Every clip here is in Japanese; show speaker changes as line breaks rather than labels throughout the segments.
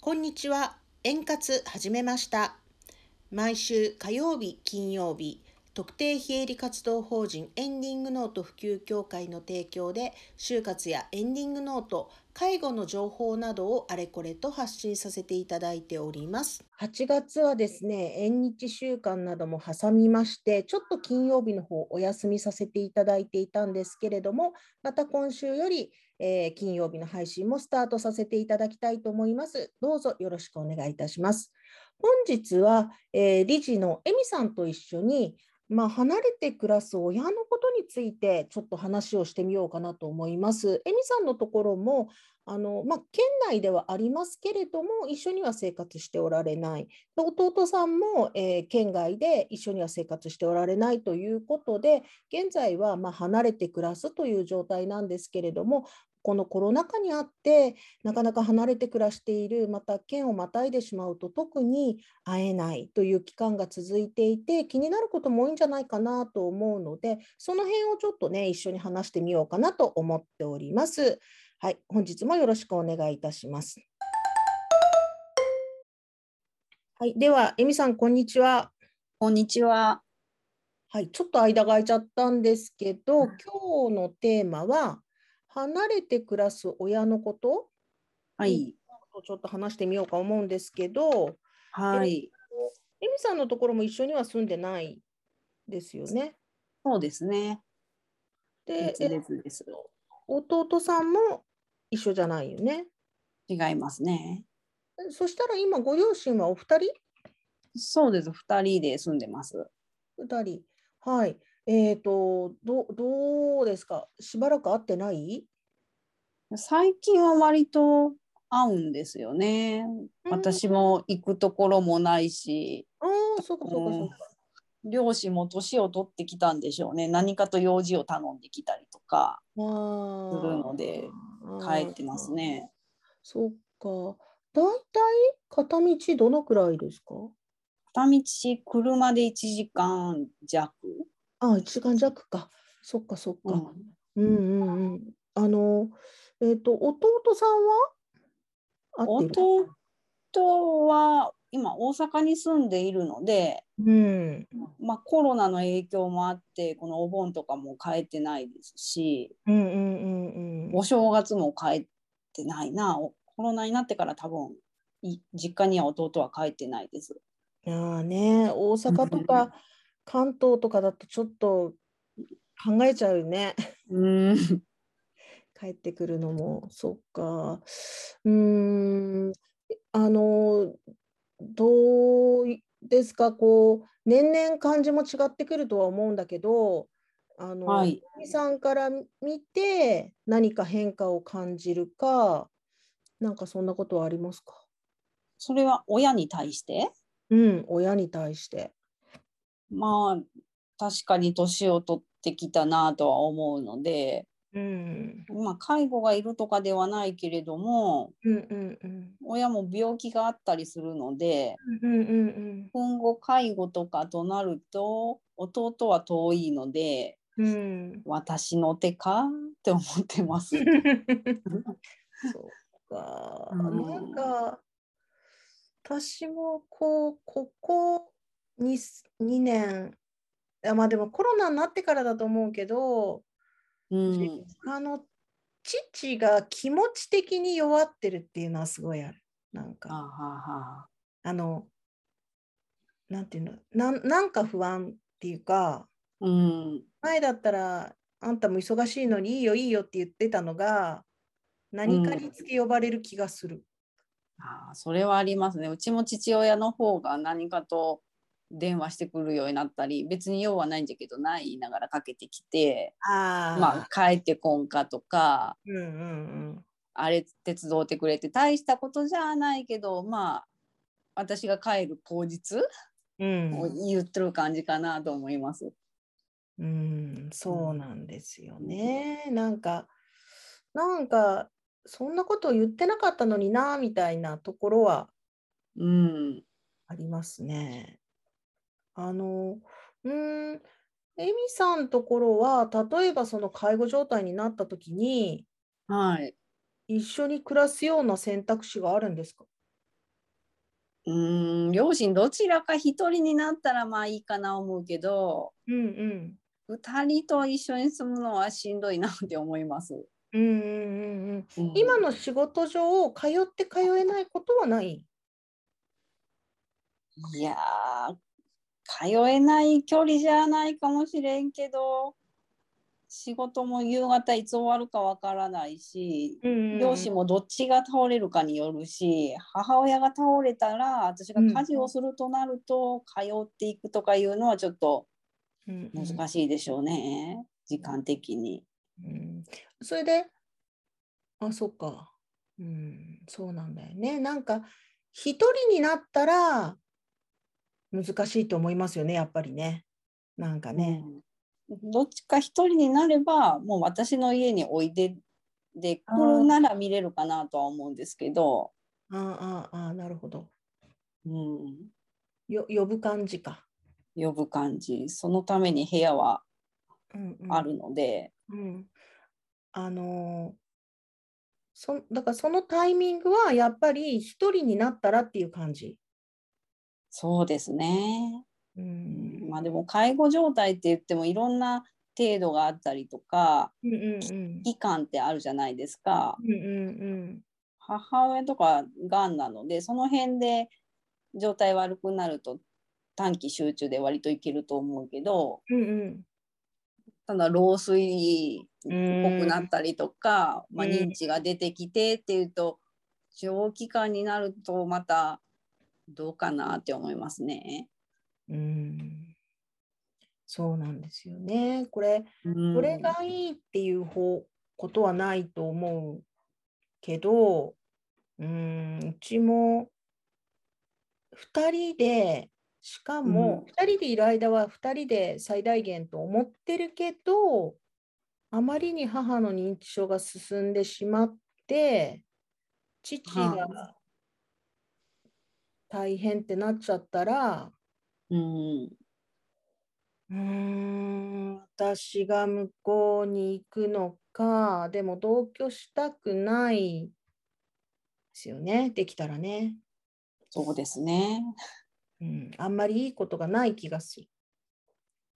こんにちは。円滑始めました。毎週火曜日、金曜日、特定非営利活動法人エンディングノート普及協会の提供で、就活やエンディングノート、介護の情報などをあれこれと発信させていただいております。8月はですね、縁日週間なども挟みまして、ちょっと金曜日の方お休みさせていただいていたんですけれども、また今週よりえー金曜日の配信もスタートさせていただきたいと思います。どうぞよろしくお願いいたします。本日は、えー理事のエミさんと一緒に、まあ、離れて暮らす親のことについてちょっと話をしてみようかなと思います。エミさんのところもあの、まあ、県内ではありますけれども一緒には生活しておられないで弟さんも、えー県外で一緒には生活しておられないということで現在は、まあ、離れて暮らすという状態なんですけれどもこのコロナ禍にあってなかなか離れて暮らしているまた県をまたいでしまうと特に会えないという期間が続いていて気になることも多いんじゃないかなと思うのでその辺をちょっとね一緒に話してみようかなと思っております。はい、本日もよろしくお願いいたします。はい、ではえみさんこんにちは。
こんにちは。
はい、ちょっと間が空いちゃったんですけど、
うん
今日のテーマは離れて暮らす親のこと。
はい
をちょっと話してみようか思うんですけど、
はい。
エミさんのところも一緒には住んでないですよね。
そうですね。
で、
別々です。
弟さんも一緒じゃないよね。
違いますね。
そしたら今ご両親はお二人
そうです。二人で住んでます。
二人。はい。えっ、とどどうですかしばらく会ってない
最近は割と会うんですよね。私も行くところもないし、
ああそうかそうかそうか。
両親も年を取ってきたんでしょうね。何かと用事を頼んできたりとか
す
するので帰ってます。ね。
そっか。だいたい片道どのくらいですか
片道車で1時間弱。
あ、1時間弱か。そっかそっ
う
か。
ん
うんうんうん。あの、えっ、と、弟さんは合ってる
弟は今大阪に住んでいるので、
うん。
まあ、コロナの影響もあってこのお盆とかも帰ってないですし
うんうんうんうん。
お正月も帰ってないなおコロナになってから多分い実家には弟は帰ってないです。
ああね、大阪とか関東とかだとちょっと考えちゃうよね。
うん
帰ってくるのも、そっか。うーん、あの、どういですか、こう、年々感じも違ってくるとは思うんだけど、あの、
はい
おじさんから見て、何か変化を感じるか、なんかそんなことはありますか
それは親に対して
うん、親に対して。
まあ確かに年を取ってきたなとは思うので、
うん、
まあ、介護がいるとかではないけれども
うん、うん、うん、
親も病気があったりするので、
うん、うん、うん
今後介護とかとなると弟は遠いので
うん。。
私の手かって思ってます
そうか、
うん
なんか私もこうここ 2, 2年いやまあでもコロナになってからだと思うけど、
うん、
あの父が気持ち的に弱ってるっていうのはすごいあるなん
あは
か
は
あのなんていうのなんなんか不安っていうか
うん、
前だったらあんたも忙しいのにいいよいいよって言ってたのが何かにつけ呼ばれる気がする。
あーそれはありますねうちも父親の方が何かと電話してくるようになったり別に用はないんじゃけどない言いながらかけてきて
あ
まあ帰ってこんかとか
うんうん
あれ手伝うてくれて大したことじゃないけどまあ私が帰る口実
うん
を言ってる感じかなと思います。
うん、そうなんですよね。なんか、なんか、そんなことを言ってなかったのにな、みたいなところは
うん、
ありますね。あの、うん、エミさんところは、例えばその介護状態になった時に、
はい。
一緒に暮らすような選択肢があるんですか
うーん両親どちらか一人になったらまあいいかな思うけど
うんうん
二人と一緒に住むのはしんどいなって思います。
うんうんうんうん
うん
今の仕事上通って通えないことはない
いやー通えない距離じゃないかもしれんけど仕事も夕方いつ終わるかわからないし両親もどっちが倒れるかによるし母親が倒れたら私が家事をするとなると通っていくとかいうのはちょっと難しいでしょうね時間的に。
うんそれで、あ、そっか。うん、そうなんだよね。なんか、一人になったら、難しいと思いますよね、やっぱりね。なんかね。
うんどっちか一人になればもう私の家においでで来るなら見れるかなとは思うんですけど。
ああ、ああ、なるほど。
うん
よ、呼ぶ感じか。
呼ぶ感じそのために部屋は
うんうん、
あるので、
うん。あのーそん、だからそのタイミングは、やっぱり一人になったらっていう感じ。
そうですね、
う。
うんん、まあでも介護状態って言ってもいろんな程度があったりとか
うんうんうん。
期間ってあるじゃないですか
うんうん
母親とかがんなのでその辺で状態悪くなると短期集中で割といけると思うけど
うん。うんうん。
ただ老衰っぽくなったりとか、まあ、
うん
認知が出てきてっていうと長期間になるとまたどうかなって思いますね。
うんそうなんですよね。これ、これ
うん
がいいっていう方ことはないと思うけど、うん、うちも2人で、しかも2人でいる間は2人で最大限と思ってるけど、あまりに母の認知症が進んでしまって、父
は
が大変ってなっちゃったら、
うん
うーん、私が向こうに行くのか、でも同居したくないですよね、できたらね。
そうですね、
うん、あんまりいいことがない気がする。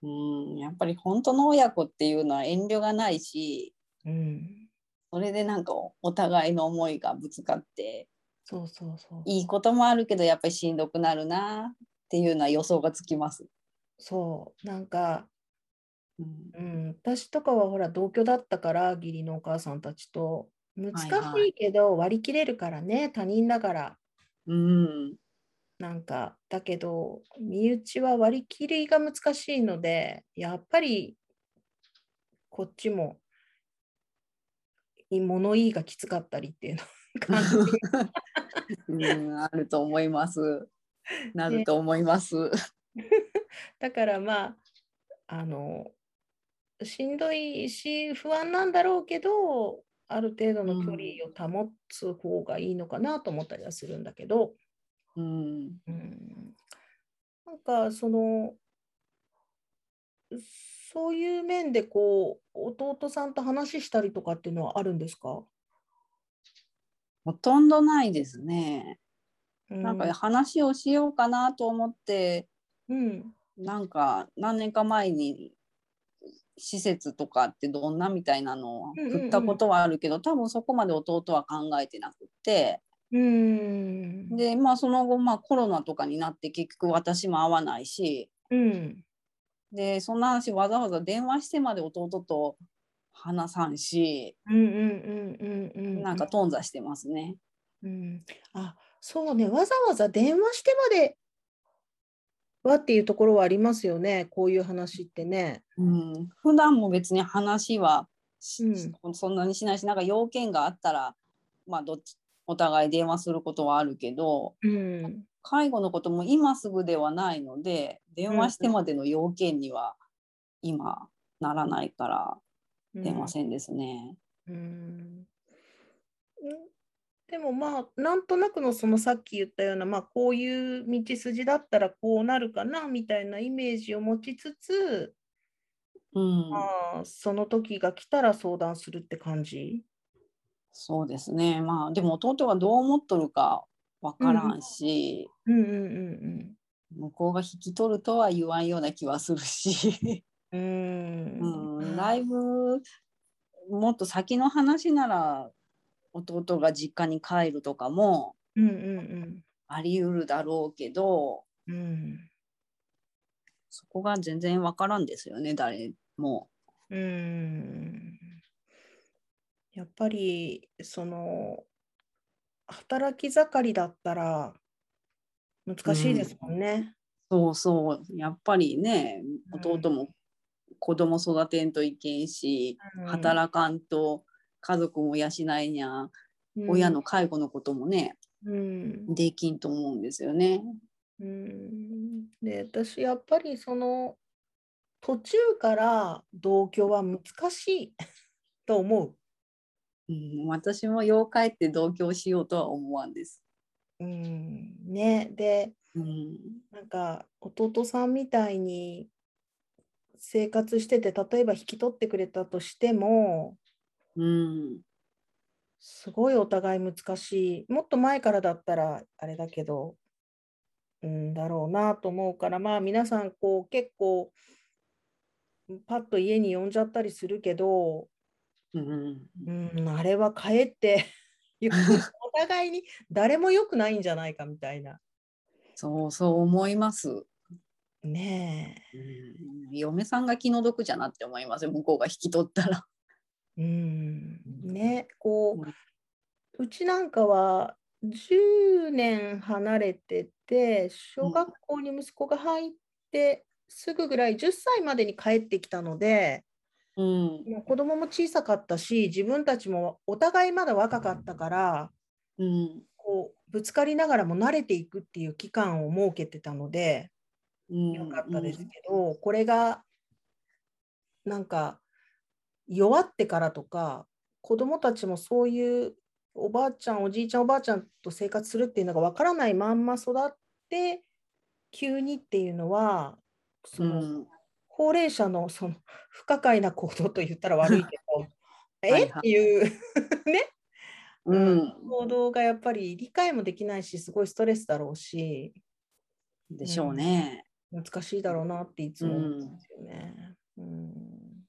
うん。やっぱり本当の親子っていうのは遠慮がないし
うん、
それでなんかおお互いの思いがぶつかって
そうそうそう。
いいこともあるけどやっぱりしんどくなるなっていうのは予想がつきます。
そう、なんか、
うん
うん、私とかはほら同居だったから、義理のお母さんたちと。難し
はい
けど割り切れるからね、他人だから。
うん
なんか、だけど、身内は割り切りが難しいので、やっぱり、こっちも、い物言いがきつかったりっていうの感 じ
うん、あると思います。なると思います。
だからまあ、あの、しんどいし、不安なんだろうけど、ある程度の距離を保つ方がいいのかなと思ったりはするんだけど、
うん、
うんなんかそのそういう面でこう弟さんと話したりとかっていうのはあるんですか、
ほとんどないですね。
うん、
なんか話をしようかなと思って、
うん
なんか何年か前に施設とかってどんなみたいなのを
うんうんうん
振ったことはあるけど、多分そこまで弟は考えてなくて、
うん
で、まあその後、まあコロナとかになって結局私も会わないし、
うん
で、そんな話わざわざ電話してまで弟と話さんし、
うんうんうんうんうん
なんか頓挫してますね。
うんあそうねわざわざ電話してまではっていうところはありますよねこういう話ってね。
うん、普段も別に話はし
う
そんなにしないしなんか要件があったら、まあ、どっちお互い電話することはあるけど
うん
介護のことも今すぐではないので電話してまでの要件には今ならないから出ませんですね。
うーんんでもまあなんとなくのそのさっき言ったような、まあ、こういう道筋だったらこうなるかなみたいなイメージを持ちつつ、
うん、
まあ、その時が来たら相談するって感じ。
そうですねまあでも弟がどう思っとるか分からんし、
うんうんうん
向こうが引き取るとは言わんような気はするし、
うん。う
うんん、ライブもっと先の話なら弟が実家に帰るとかも
うんうん
あり得るだろうけど
うん。うん。
そこが全然分からんですよね誰も。
うん。やっぱり、その、働き盛りだったら、難しいですもんね。
そうそうやっぱりね
うん
弟も子供育てんといけんし、
うん
働かんと家族も養いにゃ、親の。介護のこともね
うん。
できんと思うんですよね。
うんで私やっぱりその途中から同居は難しい と思
うん、私も妖怪って同居しようとは思わんです。
う。うん、ねで
うん、
なんか弟さんみたいに生活してて例えば引き取ってくれたとしても
うん、
すごいお互い難しいもっと前からだったらあれだけどうんだろうなと思うからまあ皆さんこう結構パッと家に呼んじゃったりするけど
うん、
うん、あれは帰って よくお互いに誰も良くないんじゃないかみたいな。
そうそう思います。う
ね
ん、嫁さんが気の毒じゃなって思いますよ。向こうが引き取ったら。
え。うん、ねこ
うん
ううちなんかは10年離れてて小学校に息子が入ってすぐぐらい10歳までに帰ってきたので
うん、
もう子供も小さかったし自分たちもお互いまだ若かったから
うん、
こうぶつかりながらも慣れていくっていう期間を設けてたので。
うん、
良かったですけど、これがなんか弱ってからとか子どもたちもそういうおばあちゃんおじいちゃんおばあちゃんと生活するっていうのがわからないまんま育って急にっていうのはそ
うん、
の、
うん、
高齢者のその不可解な行動と言ったら悪いけど
は
え
い
っ
はい
ていう
うん、
行動がやっぱり理解もできないしすごいストレスだろうし
でしょうね。
難しいだろうなっていつも思うんですよね。うん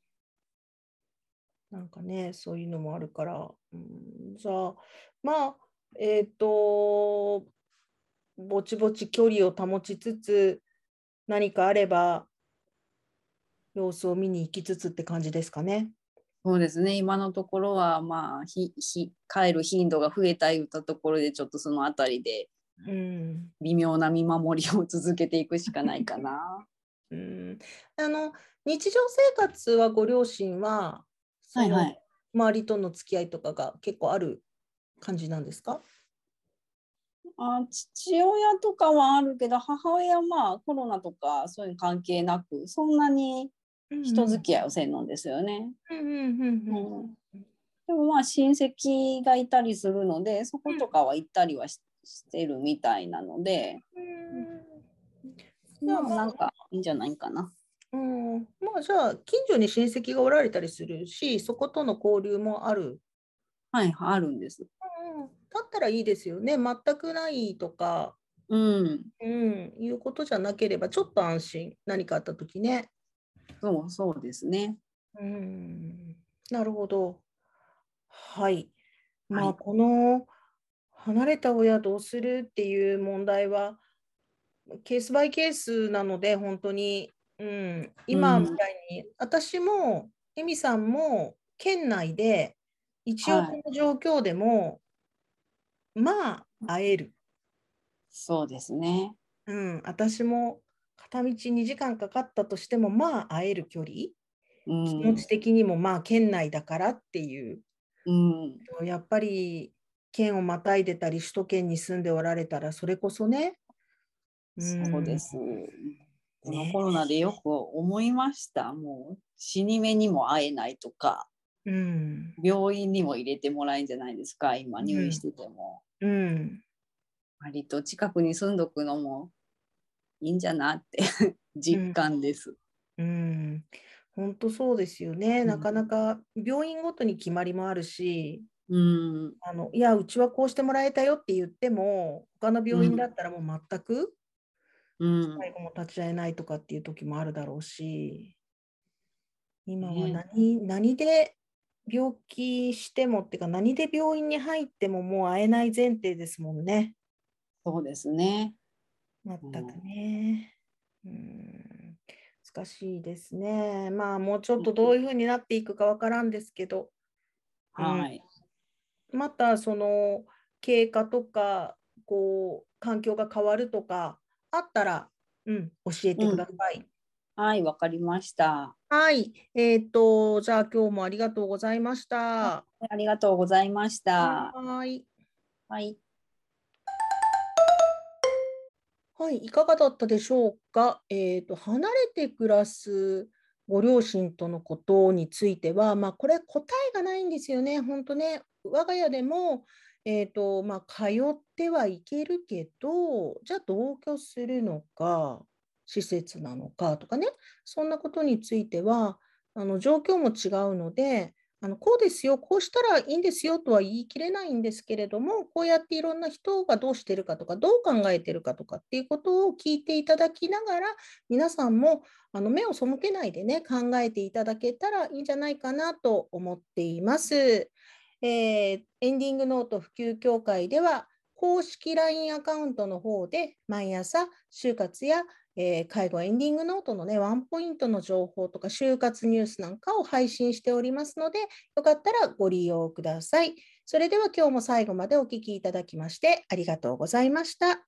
なんかねそういうのもあるから、うん、じゃあまあえっ、とぼちぼち距離を保ちつつ何かあれば様子を見に行きつつって感じですかね。
そうですね。今のところは、まあ、ひ、ひ、帰る頻度が増えた言ったところで、ちょっとそのあたりで。
うん
微妙な見守りを続けていくしかないか な。
うん、あの日常生活はご両親は、その。周りとの付き合いとかが結構ある感じなんですか
あ父親とかはあるけど母親はまあコロナとかそういうの関係なくそんなに人付き合いをせんのですよね。
うんうんうんうん
うんでもまあ親戚がいたりするのでそことかは行ったりはししてるみたいなので
じゃ
ま
あ
あ
まあ
なんかいいんじゃないかな。
うんまあじゃあ近所に親戚がおられたりするしそことの交流もある、
はいあるんです。
だったらいいですよね全くないとか、
うん
うん、いうことじゃなければちょっと安心何かあった時ね。
そうそうですね。
うんなるほど。はい。まあ、
はい
この離れた親どうするっていう問題はケースバイケースなので本当に、うん、今
うん
みたいに、私もエミさんも県内で一応
はい
この状況でも、まあ会える、
そうですね。
うん、私も片道2時間かかったとしてもまあ会える距離。
う
気持
ん
ち的にもまあ県内だからっていう
うん
やっぱり県をまたいでたり首都圏に住んでおられたらそれこそね、ん
そうです。この
ね
コロナでよく思いました。もう死に目にも会えないとか、
うん
病院にも入れてもらえんじゃないですか、今
うん
入院してても。
うん
割と近くに住んどくのもいいんじゃなって実感です。
うん本当そうですよね、
うん
なかなか病院ごとに決まりもあるし
うん、
あのいやうちはこうしてもらえたよって言っても他の病院だったらもう全く
うん、
最後も立ち会えないとかっていう時もあるだろうし今は
ね
何,、何で病気してもっていうか何で病院に入ってももう会えない前提ですもんね
そうですね。
全くね。うん難しいですね。まあもうちょっとどういうふうになっていくかわからんですけど、うん
はい。
またその経過とかこう環境が変わるとかあったら、うん、教えてください。
はい、わかりました。
はい、えっ、とじゃあ今日もありがとうございました。
ありがとうございました。
はい、
はい。
はい、いかがだったでしょうか。えっ、と離れて暮らすご両親とのことについては、まあこれ答えがないんですよね。本当ね、我が家でもえっ、とまあ通ってはいけるけど、じゃあ同居するのか施設なのかとかね、そんなことについてはあの状況も違うので。あのこうですよこうしたらいいんですよとは言い切れないんですけれどもこうやっていろんな人がどうしてるかとかどう考えてるかとかっていうことを聞いていただきながら皆さんもあの目を背けないでね考えていただけたらいいんじゃないかなと思っています。えーエンディングノート普及協会では公式 LINE アカウントの方で毎朝就活やえー介護エンディングノートのねワンポイントの情報とか就活ニュースなんかを配信しておりますのでよかったらご利用ください。それでは今日も最後までお聞きいただきましてありがとうございました。